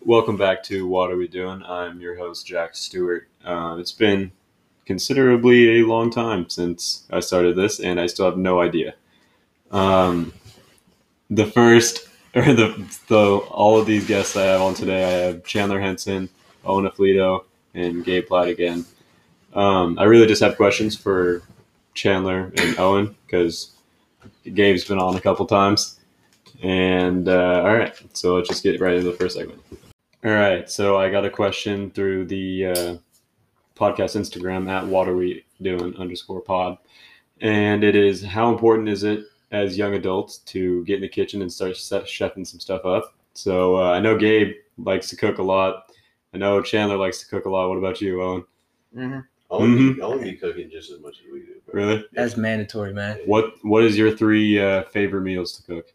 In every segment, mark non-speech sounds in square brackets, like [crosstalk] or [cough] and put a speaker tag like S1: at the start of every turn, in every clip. S1: Welcome back to What Are We Doing? I'm your host, Jack Stewart. Uh, it's been considerably a long time since I started this, and I still have no idea. Um, the first, [laughs] or the, the all of these guests I have on today, I have Chandler Henson, Owen Aflito, and Gabe Platt again. Um, I really just have questions for Chandler and Owen because Gabe's been on a couple times. And uh, all right, so let's just get right into the first segment. All right, so I got a question through the uh, podcast Instagram at what are we doing underscore pod, and it is how important is it as young adults to get in the kitchen and start se- chefing some stuff up? So uh, I know Gabe likes to cook a lot. I know Chandler likes to cook a lot. What about you, Owen?
S2: Mm-hmm.
S3: I want,
S1: Mhm.
S3: be, I want to be cooking just as much as we do. bro.
S1: Really?
S2: That's mandatory, man.
S1: What What is your three uh, favorite meals to cook?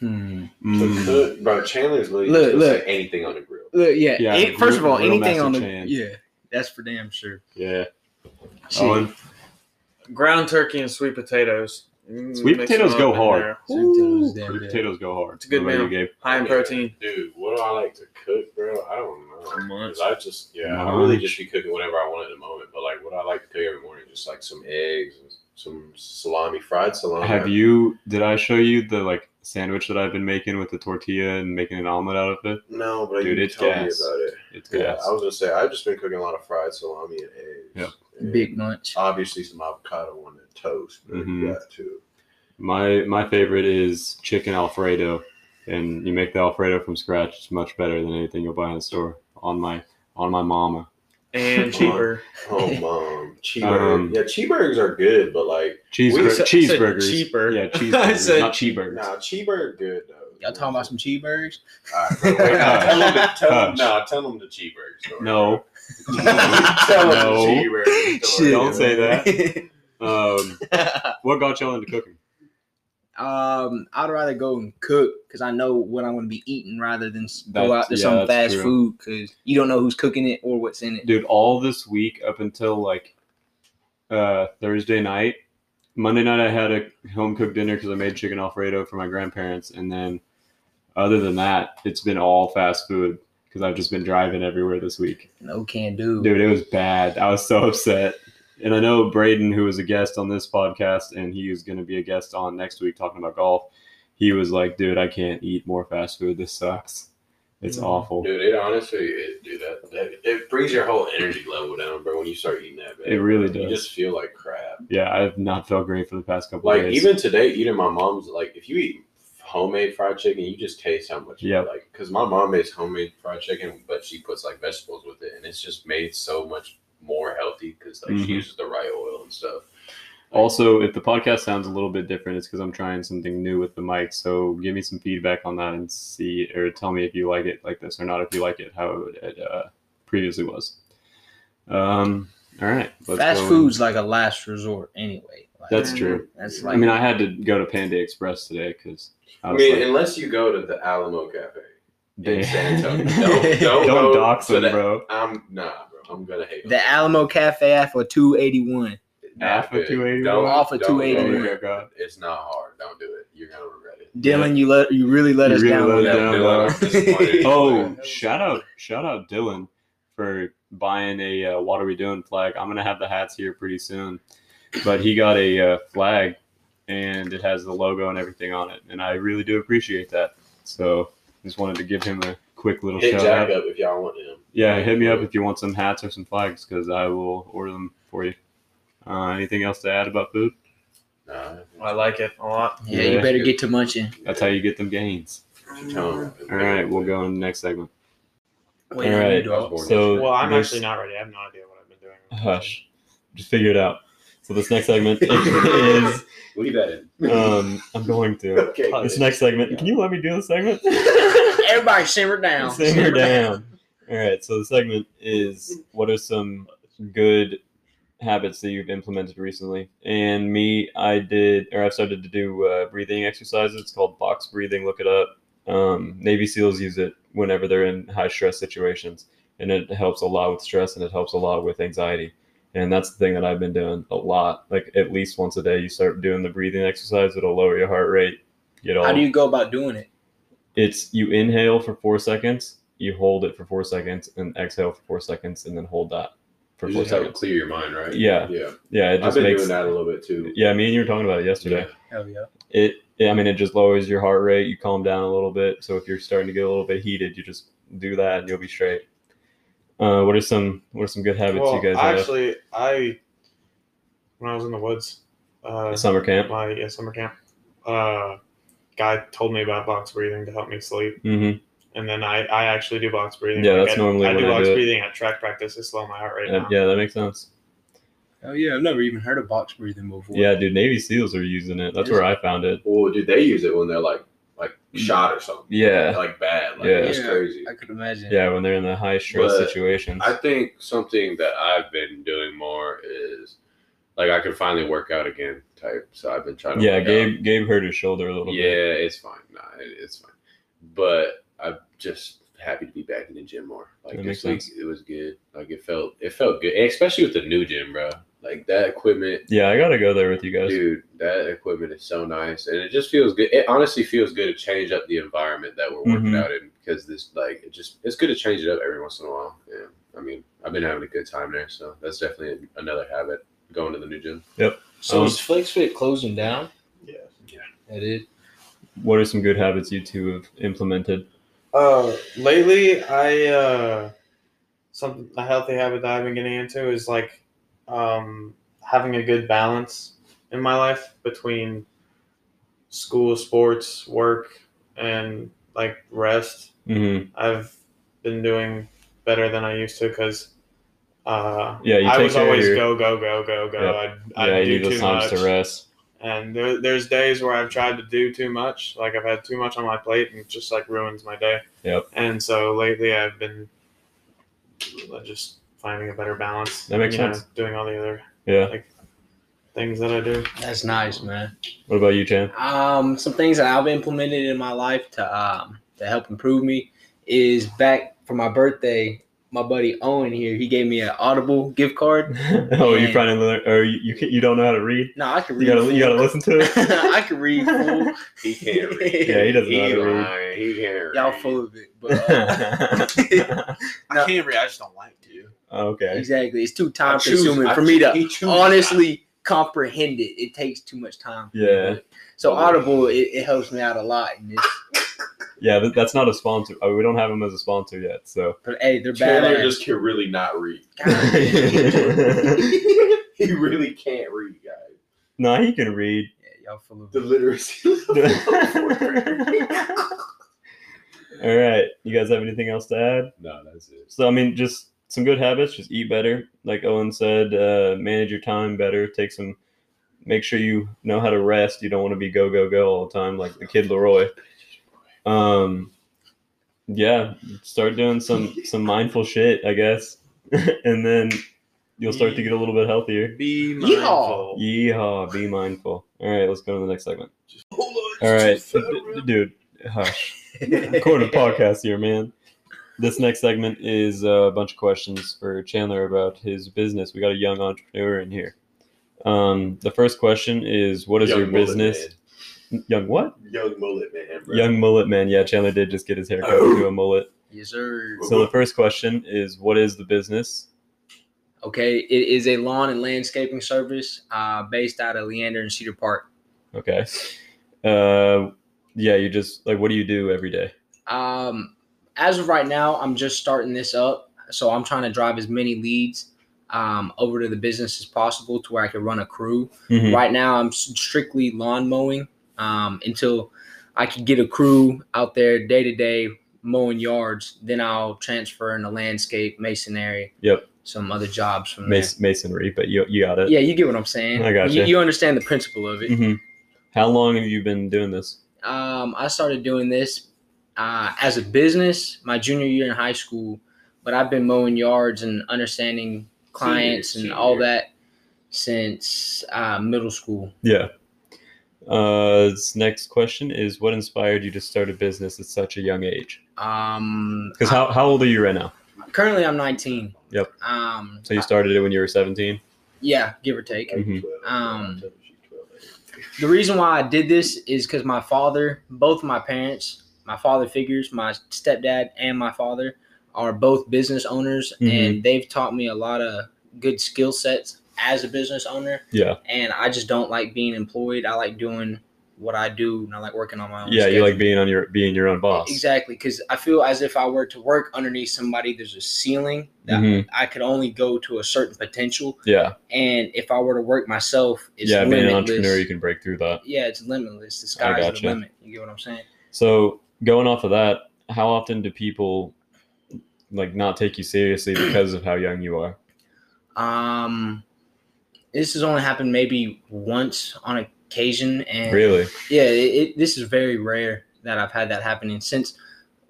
S2: Hmm.
S3: To
S1: Mm,
S3: cook, bro. Chandler's literally
S2: Look,
S3: just gonna
S2: look.
S3: say anything on the grill.
S2: Look, yeah.
S1: Yeah,
S2: any- first of all,
S1: real
S2: anything
S1: master
S2: on the
S1: chan.
S2: yeah, that's for damn sure.
S1: yeah.
S2: Shit.
S1: Owen.
S4: ground turkey and sweet potatoes. Mm,
S1: Sweet
S4: mix 'em
S1: potatoes
S4: up
S1: go
S4: in
S1: hard.
S4: there.
S2: Sweet potatoes, damn
S1: Sweet
S2: good.
S1: potatoes go hard.
S4: It's a good
S1: What about
S4: meal.
S1: You, Gabe?
S4: High in protein.
S3: Dude, what do I like to cook, bro? I don't know.
S4: Not much.
S3: 'Cause I just, yeah,
S1: Not
S3: I really
S1: much.
S3: just be cooking whatever I want at the moment. But like, what I like to cook every morning, just like some eggs and some salami, fried salami.
S1: Have you? Did I show you the like sandwich that I've been making with the tortilla and making an omelet out of it?
S3: No, but
S1: Dude,
S3: you
S1: it's
S3: told
S1: gas.
S3: me about it.
S1: It's
S3: Yeah,
S1: good.
S3: I was gonna say I've just been cooking a lot of fried salami and eggs.
S1: Yeah.
S3: And
S2: Big lunch.
S3: Obviously, some avocado on the toast. But
S1: Mhm.
S3: Yeah, too.
S1: My my favorite is chicken alfredo, and you make the alfredo from scratch. It's much better than anything you'll buy in the store. On my on my mama.
S4: And cheaper.
S2: [laughs]
S3: Oh, mom, cheeseburgers.
S1: Um,
S3: yeah, cheeseburgers are good, but like.
S1: Cheeseburger,
S4: said
S3: said-
S1: cheeseburgers.
S4: cheaper. [laughs]
S1: Yeah,
S4: I
S1: cheeseburgers,
S4: said-
S1: not cheeseburgers.
S3: Nah, cheeseburger good though.
S2: Y'all talking about
S1: [laughs]
S2: some cheeseburgers? [laughs]
S3: All right, bro, wait, no, tell them, to- tell them,
S1: Hush.
S3: no, tell them the cheeseburger story.
S1: No,
S3: [laughs] tell them
S1: No.
S3: the cheeseburger
S1: [laughs]
S3: story.
S1: Shit. don't say
S4: [laughs]
S2: that.
S1: um, what got y'all into cooking?
S2: um, I'd rather go and cook because I know what I'm gonna be eating rather than s- go
S1: That's-
S2: out to
S1: yeah,
S2: some
S1: that's
S2: fast
S1: true.
S2: food because you don't know who's cooking it or what's in it.
S1: dude all this week up until like uh thursday night monday night i had a home cooked dinner because i made chicken alfredo for my grandparents and then other than that it's been all fast food because i've just been driving everywhere this week
S2: No can do.
S1: dude it was bad i was so [laughs] upset and i know braden who was a guest on this podcast and he was going to be a guest on next week talking about golf he was like dude i can't eat more fast food this sucks it's
S3: Mm.
S4: Yeah.
S1: awful
S3: Dude, it honestly, it, dude, that, that it brings your whole energy level down, bro. When you start eating that, man.
S1: It really
S3: You
S1: does.
S3: just feel like crap.
S1: yeah i've not felt great for the past couple
S3: Like
S1: days
S3: even today, eating my mom's, like if you eat homemade fried chicken, you just taste how much. you
S1: Yep.
S3: Like, cause my mom makes homemade fried chicken, but she puts like vegetables with it, and it's just made so much more healthy because like
S1: Mhm.
S3: she uses the right oil and stuff.
S1: Also, if the podcast sounds a little bit different, it's because I'm trying something new with the mic. So give me some feedback on that and see, or tell me if you like it like this or not. If you like it how it uh, previously was. Um. All right.
S2: fast
S1: go in.
S2: food's like a last resort anyway. Like,
S1: That's true.
S2: that's
S1: I
S2: like
S1: mean, I had to go to Panda Express today because I
S3: I
S1: was
S3: mean,
S1: like,
S3: unless you go to the Alamo Cafe.
S1: "Damn."
S3: in San
S1: [laughs]
S3: Antonio. Don't, don't,
S1: don't
S3: go
S1: dox
S3: to
S1: them,
S3: that-
S1: bro. Oh
S3: I'm nah, bro. I'm gonna hate
S2: the Alamo Cafe app for two eighty one.
S1: Alpha 281.
S3: Don't-
S2: Alpha
S3: don't go
S2: 281.
S3: there.
S1: Oh my God.
S3: It's not hard. Don't do it. You're gonna regret it.
S2: Dylan, you let you really let
S1: You
S2: us
S1: really
S2: down.
S1: let
S2: on
S1: us
S2: that
S1: down,
S2: one.
S1: bro.
S3: I'm [laughs]
S1: [laughs]
S3: disappointed.
S1: Oh, shout out, shout out, Dylan, for buying a uh, "What Are We Doing" flag. I'm gonna have the hats here pretty soon, but he got a uh, flag, and it has the logo and everything on it, and I really do appreciate that. So, just wanted to give him a quick little
S3: Hit
S1: shout
S3: Jack
S1: out.
S3: up if y'all want him.
S1: Yeah, hit me up if you want some hats or some flags, because I will order them for you. Uh, anything else to add about food?
S3: Nah.
S4: I like it a lot.
S2: Yeah,
S1: Yeah.
S2: you better get to munching.
S1: That's how you get them gains.
S3: Tell him.
S1: All right, we'll go on the next segment.
S2: Wait,
S1: All right,
S2: you dog.
S1: So,
S4: Well, I'm
S1: this-
S4: actually not ready. I have no idea what I've been doing.
S1: Hush. Just figure it out. So this next segment is
S3: Leave
S1: [laughs]
S3: that in.
S1: um I'm going to
S3: Okay,
S1: Uh, this
S3: good.
S1: next segment. Can you let me do the segment?
S2: Everybody simmer down.
S1: [laughs]
S2: [laughs]
S1: Simmer down. All right. So the segment is what are some good habits that you've implemented recently? And me, I did or I've started to do uh, breathing exercises. It's called box breathing. Look it up. Um, Navy SEALs use it whenever they're in high stress situations, and it helps a lot with stress and it helps a lot with anxiety. And that's the thing that I've been doing a lot. Like at least once a day, you start doing the breathing exercise. It'll lower your heart rate. Get all
S2: How do you go about doing it?
S1: it's you inhale for four seconds, you hold it for four seconds and exhale for four seconds and then hold that for
S3: You
S1: four
S3: just have to
S1: seconds.
S3: clear your mind, right?
S1: Yeah.
S3: Yeah.
S1: Yeah, it
S3: I've
S1: just
S3: been
S1: makes.
S3: doing that a little bit too.
S1: Yeah, me and you were talking about it yesterday.
S2: Hell yeah.
S1: It, I mean, it just lowers your heart rate. You calm down a little bit. So if you're starting to get a little bit heated, you just do that and you'll be straight. Uh, what are some What are some good habits
S4: well,
S1: you guys have?
S4: actually, I when I was in the woods, uh,
S1: Summer
S4: at
S1: camp.
S4: my yeah, summer camp, uh, guy told me about box breathing to help me sleep,
S1: hmm
S4: and then I, I actually do box breathing.
S1: Yeah,
S4: Like,
S1: that's
S4: I,
S1: normally
S4: I
S1: when
S4: do
S1: I
S4: box
S1: do it.
S4: breathing at track practice to slow my heart rate down.
S1: yeah, that makes sense.
S2: Hell yeah. I've never even heard of box breathing before.
S1: Yeah, dude, Navy SEALs are using it. That's
S2: Is
S1: where I found it.
S3: Well, do they use it when they're like like shot or something?
S1: Mm. Yeah,
S3: Like bad. Like
S1: Yeah.
S3: it's
S2: Yeah.
S3: crazy.
S2: I could imagine.
S1: yeah, when they're in the high stress
S3: But
S1: situations.
S3: I think something that I've been doing more is like I can finally work out again type. So I've been trying to
S1: yeah,
S3: work out.
S1: Gabe Gabe hurt his shoulder a little
S3: yeah, it's fine. Nah, it, it's fine. But I'm just happy to be back in the gym more. Like
S1: That makes
S3: this week,
S1: sense.
S3: it was good. Like it felt, it felt good, especially with the new gym, bro. Like that equipment,
S1: bit. Yeah, I gotta go there with you guys.
S3: dude. That equipment is so nice, and it just feels good. It honestly feels good to change up the environment that we're working
S1: Mhm.
S3: out in because this, like, it just it's good to change it up every once in a while. Yeah, I mean, I've been having a good time there, so that's definitely another habit going to the new gym.
S2: So
S1: Um,
S2: is FlexFit closing down?
S4: Yeah.
S2: That is.
S1: What are some good habits you two have implemented?
S4: Uh, lately, I uh, something a healthy habit that I've been getting into is like um, having a good balance in my life between school, sports, work, and like rest.
S1: hmm
S4: I've been doing better than I used to because uh,
S1: Yeah, you
S4: I
S1: take
S4: was
S1: care of
S4: always
S1: your-
S4: go go go go go. I
S1: yeah,
S4: I
S1: you
S4: do
S1: need those
S4: too
S1: times
S4: much.
S1: to rest.
S4: And there, there's days where I've tried to do too much, like I've had too much on my plate, and it just like ruins my day.
S1: Yep.
S4: And so lately, I've been uh, just finding a better balance.
S1: That makes
S4: you know,
S1: sense.
S4: doing all the other
S1: Yeah.
S4: things that I do.
S2: That's nice, man.
S1: What about you, Chan? [laughs]
S2: Um, some things that I've implemented in my life to um to help improve me is back for my birthday. My buddy Owen here, he gave me an Audible gift card.
S1: oh,
S2: Yeah.
S1: you're trying to learn, or you, you can- you don't know how to read?
S2: No, I can
S1: You
S2: read.
S1: gotta you gotta listen to
S4: [laughs]
S1: it.
S2: fool. [laughs] I can read. Fool.
S3: He can't read.
S1: [laughs] yeah, he doesn't know how
S3: He,
S1: to read.
S3: lying. he can't.
S2: [laughs] Y'all
S3: read.
S2: full of it, but uh,
S1: [laughs]
S2: No.
S4: can't read. I just don't like to.
S1: Oh, okay.
S2: exactly, it's too
S3: I
S2: time
S3: choose-
S2: consuming
S3: I
S2: for me
S3: choo-
S2: to
S3: he chooses
S2: honestly comprehend it. It takes too much time.
S1: Yeah,
S2: So Audible, it, it helps me out a lot. And it's,
S1: yeah. That, that's not a sponsor. Oh, we don't have him as a sponsor yet.
S4: [laughs]
S1: So. [laughs]
S2: but hey, they're
S3: Chandler
S2: bad.
S3: just can really not read. [laughs] he really can't read, guys.
S1: nah, he can read.
S2: y'all full of
S3: The literacy. [laughs]
S1: [laughs] All right. You guys have anything else to add?
S3: no, that's it.
S1: So, I mean, just some good habits. Just eat better. Like Owen said, uh, manage your time better. Take some, make sure you know how to rest. You don't want to be go, go, go all the time like the kid Leroy. Um, yeah, start doing some some mindful shit, I guess, [laughs] and then you'll start to get a little bit healthier.
S4: Be
S2: Yeehaw.
S4: mindful.
S1: Yeehaw! Be mindful. All right, let's go to the next segment.
S3: Hold on.
S1: All right, d- dude, hush.
S2: [laughs]
S1: Recording a podcast here, man. This next segment is uh, a bunch of questions for Chandler about his business. We got a young entrepreneur in here. Um, the first question is, what is your business? Young what?
S3: Young mullet man, bro.
S1: Young mullet man. Yeah, Chandler did just get his haircut
S3: Oh.
S1: to a mullet.
S2: yes, sir.
S1: So the first question is, what is the business?
S2: Okay, it is a lawn and landscaping service uh, based out of Leander and Cedar Park.
S1: Okay. Uh, yeah, you just like, what do you do every day?
S2: Um, as of right now, I'm just starting this up, so I'm trying to drive as many leads um, over to the business as possible to where I can run a crew.
S1: Mhm.
S2: Right now, I'm s- strictly lawn mowing um, until I can get a crew out there day to day mowing yards. Then I'll transfer into landscape, masonry,
S1: Yep.
S2: some other jobs from there.
S1: Mas- masonry, but you you got it.
S2: Yeah, you get what I'm saying.
S1: I gotcha.
S2: You, you understand the principle of it.
S1: Mhm. How long have you been doing this?
S2: Um, I started doing this uh, as a business my junior year in high school, but I've been mowing yards and understanding clients
S3: Senior,
S2: and all
S3: senior.
S2: that since uh, middle school.
S1: Yeah. Uh, this next question is what inspired you to start a business at such a young age?
S2: Um,
S1: Because how, how old are you right now?
S2: currently I'm 19.
S1: Yep.
S2: Um,
S1: So you started it when you were 17?
S2: yeah, give or take.
S1: Mhm.
S2: Um, the reason why I did this is because my father, both my parents, my- my father figures, my stepdad and my father are both business owners,
S1: Mm-hmm.
S2: and they've taught me a lot of good skill sets as a business owner.
S1: Yeah.
S2: And I just don't like being employed. I like doing what I do, and I like working on my own.
S1: Yeah, you
S2: schedule.
S1: like being on your being your own boss.
S2: Exactly, because I feel as if I were to work underneath somebody, there's a ceiling that
S1: Mhm.
S2: I could only go to a certain potential.
S1: Yeah.
S2: And if I were to work myself, it's
S1: yeah, being
S2: limitless.
S1: an entrepreneur, you can break through that.
S2: yeah, it's limitless. The
S1: I
S2: sky's
S1: gotcha.
S2: the limit. You get what I'm saying?
S1: So going off of that, how often do people like not take you seriously because of how young you are?
S2: Um, this has only happened maybe once on occasion, and
S1: Really?
S2: yeah, it, it, this is very rare that I've had that happen. And since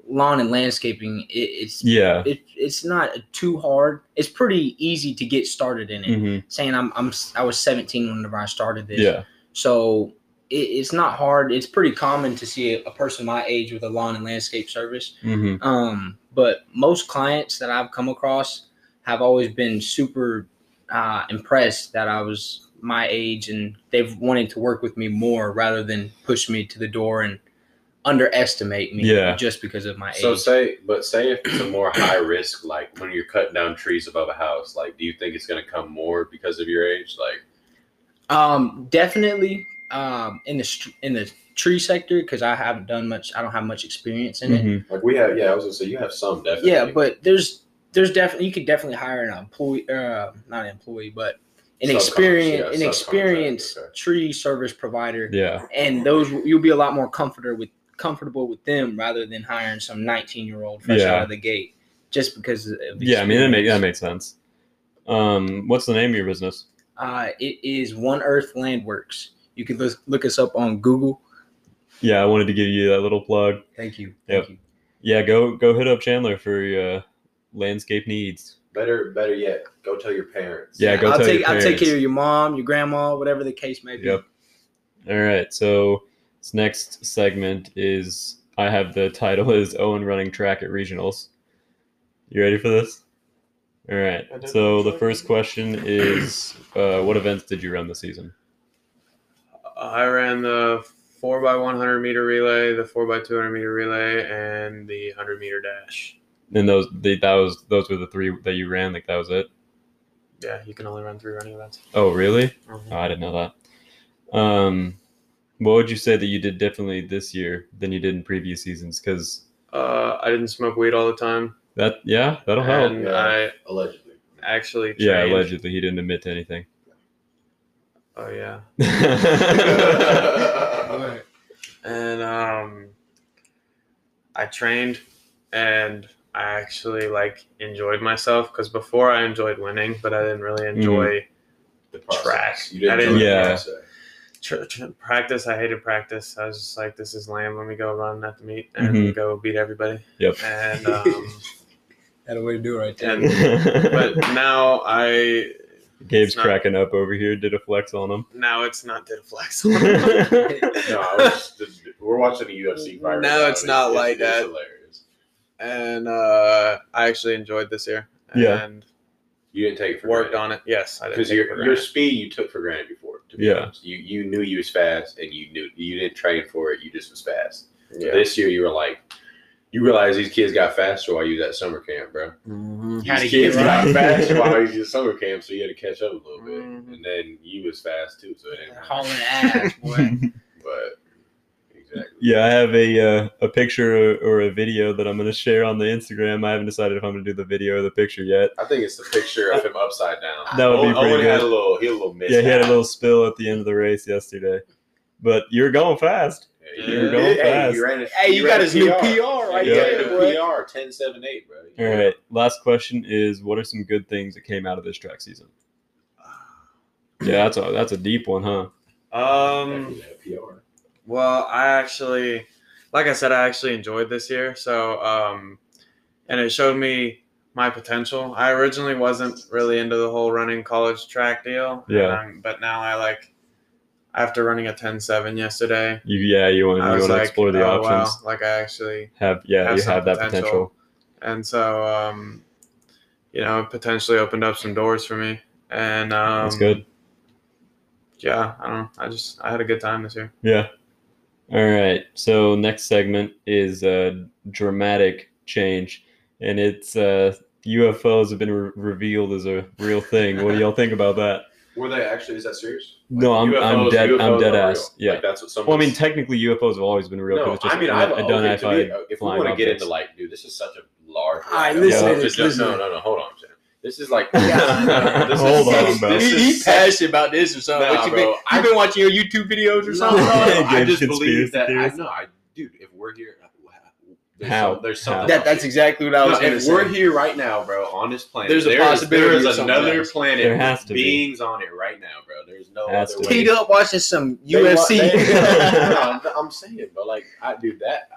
S2: lawn and landscaping, it, it's
S1: Yeah.
S2: it, it's not too hard. It's pretty easy to get started in it.
S1: hmm
S2: Saying I'm I'm s- I was 17 whenever I started this.
S1: Yeah.
S2: So it, it's not hard. It's pretty common to see a, a person my age with a lawn and landscape service.
S1: hmm
S2: Um, but most clients that I've come across have always been super uh, impressed that I was my age and they've wanted to work with me more rather than push me to the door and underestimate me
S1: Yeah.
S2: just because of my
S3: So
S2: age.
S3: say, but say if it's a more high risk, like when you're cutting down trees above a house, like do you think it's going to come more because of your age? Like,
S2: Um, definitely um, in the str- in the tree sector because I haven't done much. I don't have much experience in it.
S1: hmm
S3: like we have, yeah, I was gonna say you have some definitely.
S2: Yeah, but there's there's definitely you could definitely hire an employee, uh, not an employee, but an
S3: Subcontract-
S2: experienced
S3: yeah,
S2: an
S3: subcontractor,
S2: experienced
S3: okay.
S2: tree service provider,
S1: Yeah.
S2: and those you'll be a lot more comfortable with comfortable with them rather than hiring some 19 year old fresh
S1: Yeah.
S2: out of the gate just because of the
S1: Yeah. I mean, that makes that
S2: experience.
S1: makes sense. Um, what's the name of your business?
S2: uh, it is One Earth Landworks. You can look, look us up on Google.
S1: Yeah, I wanted to give you that little plug.
S2: Thank you.
S1: Yep.
S2: Thank you.
S1: Yeah, go go hit up Chandler for your uh, landscape needs.
S3: better, better yet, go tell your parents.
S1: Yeah, go
S2: I'll
S1: tell
S2: take
S1: your
S2: I'll take
S1: parents.
S2: care of your mom, your grandma, whatever the case may be.
S1: Yep. All right. So this next segment is I have the title [laughs] is Owen running track at regionals. You ready for this? All right.
S4: I don't
S1: So the
S4: know.
S1: first question is, uh, what events did you run this season?
S4: I ran the four by one hundred meter relay, the four by two hundred meter relay, and the hundred meter dash.
S1: And those they, that was those were the three that you ran. Like that was it.
S4: Yeah, you can only run three running events.
S1: Oh really?
S4: Mhm.
S1: Oh, I didn't know that. Um, what would you say that you did differently this year than you did in previous seasons? Because
S4: Uh, I didn't smoke weed all the time,
S1: that yeah, that'll help.
S4: and
S3: Yeah.
S4: I
S3: [laughs] allegedly.
S4: actually trained.
S1: Yeah, allegedly he didn't admit to anything.
S4: Oh yeah, and um, I trained, and I actually like enjoyed myself because before I enjoyed winning, but I didn't
S1: Mm.
S4: really enjoy.
S3: The process.
S4: Track.
S3: You
S4: I didn't-
S3: didn't. know the
S1: Yeah.
S3: process.
S4: tr- tr- practice. I hated practice. I was just like, this is lame. Let me go run at the meet and
S1: Mhm.
S4: go beat everybody.
S1: Yep.
S4: And um,
S2: That a way to do it right there.
S4: and
S2: [laughs]
S3: [laughs]
S4: but now I
S1: [laughs] Gabe's
S4: It's not-
S1: cracking up over here. Did a flex on
S4: [laughs]
S1: him. [laughs]
S4: now it's not did a flex. [laughs]
S3: No, I was just, we're watching
S4: [laughs]
S3: a UFC fight. right
S4: No,
S3: now.
S4: it's not like
S3: it's
S4: that.
S3: hilarious.
S4: and uh, I actually enjoyed this year.
S1: Yeah.
S4: And
S3: You didn't take it for
S4: worked
S3: granted.
S4: on it. Yes, I did.
S3: because
S4: take it
S3: your
S4: for
S3: your
S4: granted.
S3: speed you took for granted before. To be
S1: Yeah.
S3: honest. you you knew you was fast, and you knew you didn't train for it. You just was fast.
S4: Yeah.
S3: This year you were like, you realize these kids got faster while you was at summer camp, bro.
S1: Mm-hmm.
S2: How to
S3: These
S2: get
S3: kids got
S1: right.
S3: faster while
S2: [laughs]
S3: you was at summer camp, so you had to catch up a little bit,
S2: Mm-hmm.
S4: Mhm.
S3: and then you was fast too. So it didn't matter.
S2: Hauling [laughs] ass, boy.
S3: but exactly.
S1: yeah, I have a uh, a picture or, or a video that I'm going to share on the Instagram. I haven't decided if I'm going to do the video or the picture yet.
S3: I think it's the picture of him upside down.
S1: That would be
S3: Owen-
S1: pretty
S3: Owen had
S1: good.
S3: a little, he had a little miss.
S1: Yeah, he had a little spill at the end of the race yesterday, but you're going fast.
S4: You were
S1: going
S3: hey, you
S1: fast.
S3: ran a,
S2: Hey, you
S3: ran
S2: got
S3: a
S2: his new PR
S3: Yeah,
S2: right
S1: Yeah.
S3: you
S2: there,
S3: got
S2: boy.
S3: a PR ten seven eight, bro.
S1: All right. Last question is: What are some good things that came out of this track
S4: [sighs]
S1: season? Yeah, that's a that's a deep one, huh? Mm.
S4: Um. Well, I actually, like I said, I actually enjoyed this year. So, um, and it showed me my potential. I originally wasn't really into the whole running college track deal. and
S1: Yeah.
S4: I'm- but now I like, after running a 10-7 yesterday,
S1: You yeah, you want
S4: I
S1: you
S4: was
S1: want to
S4: like,
S1: explore the
S4: oh, wow,
S1: options.
S4: like I actually,
S1: Have yeah,
S4: Have
S1: you
S4: some
S1: have that
S4: potential.
S1: potential.
S4: and so, um, you know, it potentially opened up some doors for me. And um,
S1: That's good.
S4: Yeah, I don't know. I just I had a good time this year.
S1: Yeah. All right. So next segment is a dramatic change, and it's uh, UFOs have been re- revealed as a real thing. What do y'all think about that?
S3: Were they actually? Is that serious?
S1: No, I'm- I'm dead- I'm
S3: UFOs
S1: dead
S3: are
S1: ass.
S3: real.
S1: Yeah.
S3: Like, that's what someone.
S1: Well, I mean, technically UFOs have always been real. 'cause
S3: no,
S1: it's just
S3: I mean,
S1: a-
S3: I
S1: a
S3: okay, to
S1: unidentified
S3: me, if we
S1: flying
S3: want to get
S1: object.
S3: into like, dude, this is such a large.
S2: All right,
S3: lineup.
S1: listen to
S3: Yeah.
S2: this,
S3: Just- just- No,
S2: listen.
S3: no, no. Hold on. a second. This is like.
S1: Yeah.
S3: [laughs] this
S1: Hold
S3: is,
S1: on,
S3: this,
S1: bro.
S3: This
S1: He-
S3: is
S2: passionate about this or
S3: Nah, bro. I-
S2: [laughs] watching your YouTube videos
S3: No,
S4: [laughs]
S3: no, no, I
S1: Game's
S3: just
S1: conspiracy
S3: believe that. I,
S1: theories.
S3: no, I, dude, if we're here, wow, there's
S1: How?
S3: some- there's
S1: How?
S3: something.
S2: That, that's exactly what I was
S3: No,
S2: going to
S3: if we're
S2: say.
S3: here right now, bro, on this planet,
S2: There's a
S3: there is-
S2: possibility
S3: There
S2: of
S3: is
S2: something
S3: another
S2: else.
S3: planet.
S1: There has
S3: with
S1: to be.
S3: beings on it right now, bro. There's no
S1: Has
S3: other
S1: to
S3: way.
S1: be.
S2: Teed up watching some
S3: They want-
S1: [laughs]
S2: UFC.
S3: they- [laughs] no, I'm, I'm saying, bro. Like, I do that.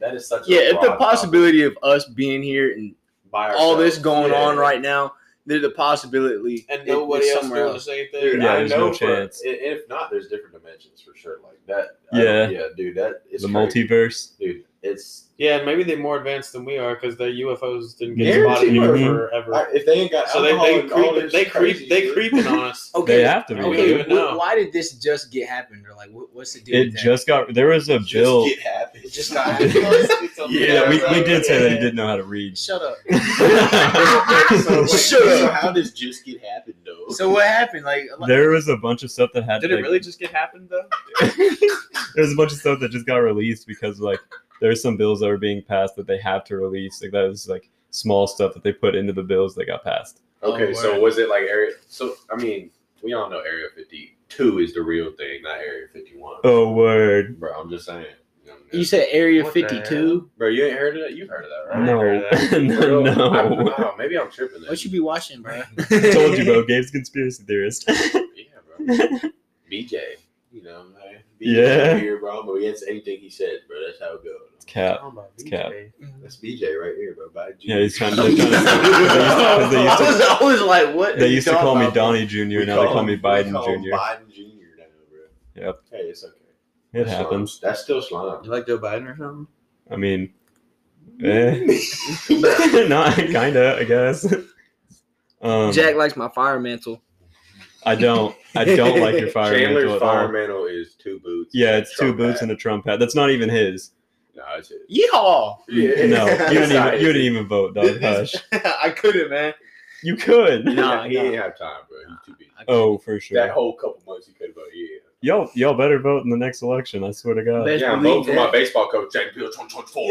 S3: That is such.
S2: yeah,
S3: a
S2: if the
S3: broad
S2: possibility of us being here and
S3: topic by
S2: all this
S3: ourselves.
S2: going
S3: Yeah.
S2: on right now, there's a possibility
S4: And
S2: it-
S4: nobody
S2: it's
S4: else
S2: somewhere
S4: doing the
S2: else.
S4: same thing.
S3: Dude,
S1: Yeah,
S3: I
S1: there's
S3: know
S1: no
S3: for-
S1: chance.
S3: i- If not, there's different dimensions for sure. Like that. I
S1: Yeah.
S3: don't- yeah, dude. That is
S1: the
S3: crazy.
S1: multiverse.
S3: Dude, it's
S4: Yeah, maybe they're more advanced than we are because the UFOs didn't get
S3: Guaranteed
S4: spotted
S1: we're-
S4: here forever.
S3: I- if they ain't got
S4: so they
S3: alcohol
S4: they
S3: and all
S4: creep
S3: this
S4: they
S3: crazy
S4: creep they
S3: shit-
S4: creeping on [laughs] us.
S1: They have to be.
S4: Okay,
S1: dude.
S4: even know.
S2: wh- why did this just get happened? Or like, wh- what's the deal?
S1: It
S2: with that?
S1: just got there was a
S3: Just
S1: bill.
S3: get happy.
S2: just got
S3: [laughs]
S1: Yeah, we, we did say that he
S4: Yeah.
S1: didn't know how to read. [laughs]
S2: shut up.
S3: so, wait,
S2: Sure.
S3: so how does just get happen though?
S2: So what happened? Like,
S1: There was a bunch of stuff that had
S4: Did
S1: like,
S4: it really just get happened though?
S1: there was a bunch of stuff that just got released because like there's some bills that were being passed that they have to release. Like that was like small stuff that they put into the bills that got passed.
S3: okay,
S2: Oh,
S3: so
S2: word.
S3: was it like area? So I mean, we all know Area 52 is the real thing, not Area 51.
S1: Oh word.
S3: Bro, I'm just saying. You, know what I mean?
S2: you said Area
S4: What the
S2: 52.
S3: bro, you ain't heard of that? You heard of that, right?
S1: No, [laughs] no, [laughs]
S3: Bro, I'm-
S1: no.
S3: wow, maybe I'm tripping. Then.
S2: What you be watching, bro?
S1: I [laughs] told you, bro. Gabe's a conspiracy theorist. [laughs]
S3: Yeah, bro. BJ, you know, man. BJ
S1: Yeah.
S3: here, bro. But against anything he said, bro, that's how it goes.
S1: Cap.
S4: Oh, my
S1: It's cap. [laughs]
S4: DJ.
S2: [laughs]
S3: That's BJ right here, bro. By
S1: Yeah, he's trying to.
S2: they
S1: They're
S3: [laughs]
S1: trying to they used
S2: I,
S1: to,
S2: was, I was like, what?
S1: they used to call me Donnie
S3: We
S1: Jr. Now they call
S3: him-
S1: me
S3: we
S1: Biden
S3: call him
S1: Jr.
S3: Biden Jr. now, bro.
S1: Yep.
S3: Hey, it's okay.
S1: It
S3: That's
S1: happens.
S3: slime. That's still slime.
S2: [laughs]
S4: You like Joe Biden or something?
S1: I mean, eh. [laughs] not kinda. I guess. Um,
S2: Jack likes my fire mantle.
S1: I don't. I don't like
S3: [laughs]
S1: your fire mantle
S3: Chandler's
S1: at all.
S3: fire mantle is two boots.
S1: Yeah, it's two
S3: Trump
S1: boots
S3: hat.
S1: and a Trump hat. That's not even
S3: [laughs]
S1: his.
S3: No, it's
S1: [laughs]
S3: his.
S2: Yeehaw!
S3: Yeah.
S1: No, you didn't
S3: Sorry.
S1: even you didn't
S3: [laughs]
S1: even vote, dog. Hush.
S2: [laughs] I couldn't, man.
S1: You could.
S2: No.
S3: he didn't have time, bro. He's too busy.
S1: Oh, for
S3: That
S1: sure.
S3: whole couple months he could have voted. Yeah.
S1: Y'all y'all better vote in the next election. I swear to God.
S2: Bet- Best
S3: Yeah, I'm
S2: believe
S3: voting for my
S2: that.
S3: baseball coach, Jack Peel, 2024.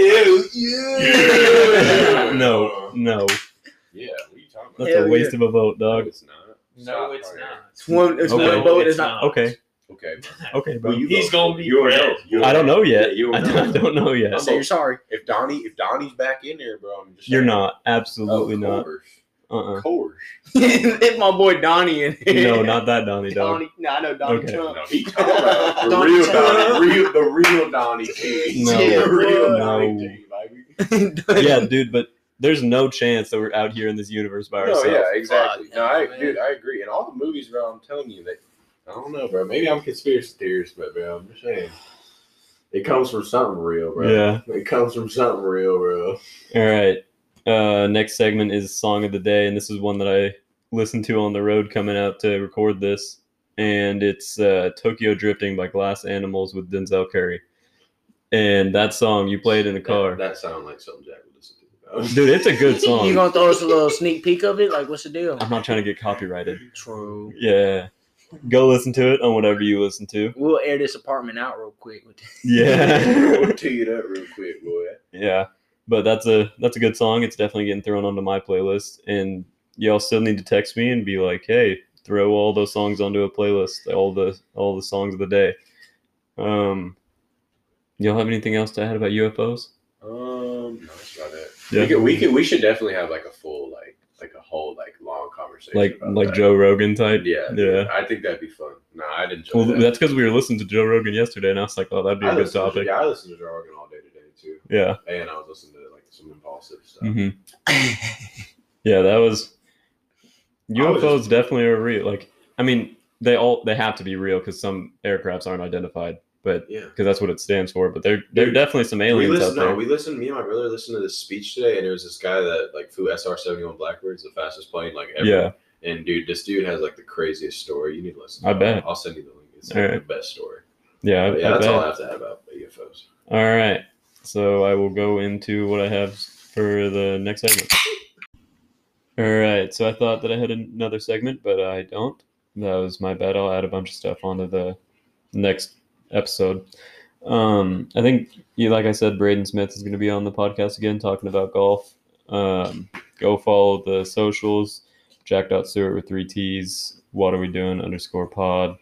S2: Yeah.
S1: [laughs] no, no,
S3: Yeah, what are you talking about?
S1: that's
S2: Hell
S1: a
S2: yeah.
S1: waste of a vote, dog.
S3: it's not. Stop right
S2: It's one. It's
S1: Okay.
S2: one vote. It's not.
S1: Okay,
S3: now. Okay.
S1: okay,
S3: Who
S1: bro.
S3: you
S5: He's
S3: voting
S5: gonna
S3: for?
S5: be
S3: You're
S5: red.
S3: else. You're
S1: I don't
S3: else.
S1: know yet.
S3: Yeah,
S1: [laughs]
S3: you're
S1: I, don't, I
S3: else.
S1: don't know yet.
S2: So you're sorry. [laughs]
S3: If Donnie, if Donnie's back in there, bro, I'm just
S1: You're
S3: saying.
S1: not.
S3: Of
S1: Absolutely not.
S3: course.
S1: Uh. uh
S3: Of course.
S2: it's my boy Donnie in here.
S1: Uh-uh. No, not that
S3: [laughs]
S1: Donnie, dog.
S2: Donnie. No, I know Donnie
S1: Okay.
S2: Trump.
S3: No, [laughs] he talking about the
S2: Donnie
S3: real
S2: Trump.
S3: Donnie, real, the real Donnie [laughs] T.
S1: No.
S3: the real
S2: No.
S3: Donnie T, baby.
S1: Yeah, dude. But there's no chance that we're out here in this universe by
S3: [laughs] No,
S1: ourselves.
S3: Oh, yeah, exactly.
S2: Fuck,
S3: No, I,
S2: man.
S3: dude, I agree. And all the movies, bro, I'm telling you that. I don't know, bro. Maybe I'm conspiracy theorist, but bro, I'm just saying. It comes from something real, bro.
S1: Yeah.
S3: It comes from something real, bro.
S1: All right. Uh, next segment is song of the day, and this is one that I listened to on the road coming out to record this, and it's uh, "Tokyo Drifting" by Glass Animals with Denzel Curry. And that song you played in the car,
S3: That, that sounds like something Jack would listen to.
S1: dude. It's a good
S2: You
S1: song.
S2: gonna throw us a little sneak peek of it? Like, what's the deal?
S1: I'm not trying to get copyrighted.
S2: True.
S1: Yeah, go listen to it on whatever you listen to.
S2: We'll air this apartment out real quick. With
S1: Yeah,
S3: [laughs] I'll tell you that real quick, boy.
S1: yeah. But that's a that's a good song. It's definitely getting thrown onto my playlist, and y'all still need to text me and be like, "Hey, throw all those songs onto a playlist, all the all the songs of the day." Um, y'all have anything else to add about UFOs?
S3: Um, no, that's about it.
S1: Yeah.
S3: We could, we could, we should definitely have like a full, like, like a whole, like, long conversation.
S1: Like
S3: about
S1: like
S3: that.
S1: Joe Rogan type.
S3: Yeah,
S1: yeah.
S3: I think that'd be fun. No, I'd enjoy.
S1: Well,
S3: that.
S1: that's because we were listening to Joe Rogan yesterday, and I was like, "Oh, that'd be a
S3: I
S1: good
S3: listened to-
S1: topic."
S3: yeah, I listened to Joe Rogan all day today too,
S1: yeah.
S3: and I was listening to like some impulsive stuff.
S1: hmm Yeah, that was
S3: I was
S1: UFOs
S3: just-
S1: definitely are real. Like, I mean, they all they have to be real because some aircrafts aren't identified, but
S3: Yeah.
S1: because that's what it stands for. But there, there are
S3: Dude,
S1: definitely some
S3: We
S1: aliens out
S3: listened.
S1: there.
S3: No, we listened. Me and my brother listened to this speech today, and it was this guy that like flew SR seventy one Blackbirds, the fastest plane like ever.
S1: yeah,
S3: And dude, this dude has like the craziest story. You need to listen.
S1: I
S3: it.
S1: bet.
S3: I'll send you the link. It's
S1: All
S3: like,
S1: right.
S3: the best story.
S1: Yeah, I,
S3: But
S1: I
S3: yeah, that's
S1: bet.
S3: all I have to add about UFOs.
S1: All right. So I will go into what I have for the next segment. All right. So I thought that I had another segment, but I don't. That was my bad. I'll add a bunch of stuff onto the next episode. Um, I think, yeah, like I said, Braden Smith is going to be on the podcast again talking about golf. Um, go follow the socials Jack Dot Stewart with three T's, what are we doing underscore pod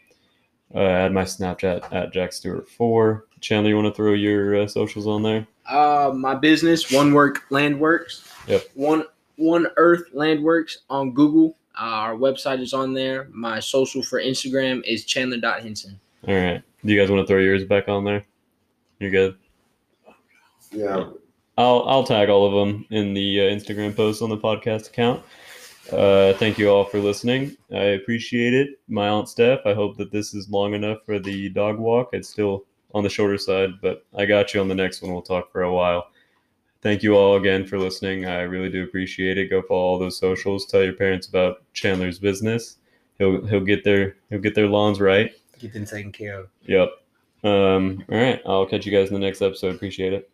S1: uh, add my Snapchat at Jack Stewart four. Chandler, you want to throw your uh, socials on there?
S2: [laughs] Uh, my business, One Work Landworks.
S1: Yep.
S2: One One Earth Landworks on Google. Uh, our website is on there. My social for Instagram is Chandler.Henson.
S1: All right. Do you guys want to throw yours back on there? You're good.
S3: Yeah.
S1: I'll I'll tag all of them in the uh, Instagram post on the podcast account. Uh, thank you all for listening. I appreciate it. My aunt Steph. I hope that this is long enough for the dog walk. It's still on the shorter side, but I got you on the next one. We'll talk for a while. Thank you all again for listening. I really do appreciate it. Go follow all those socials. Tell your parents about Chandler's business. He'll he'll get their he'll get their lawns right.
S2: Get them taken care of.
S1: Yep. Um, all right. I'll catch you guys in the next episode. Appreciate it.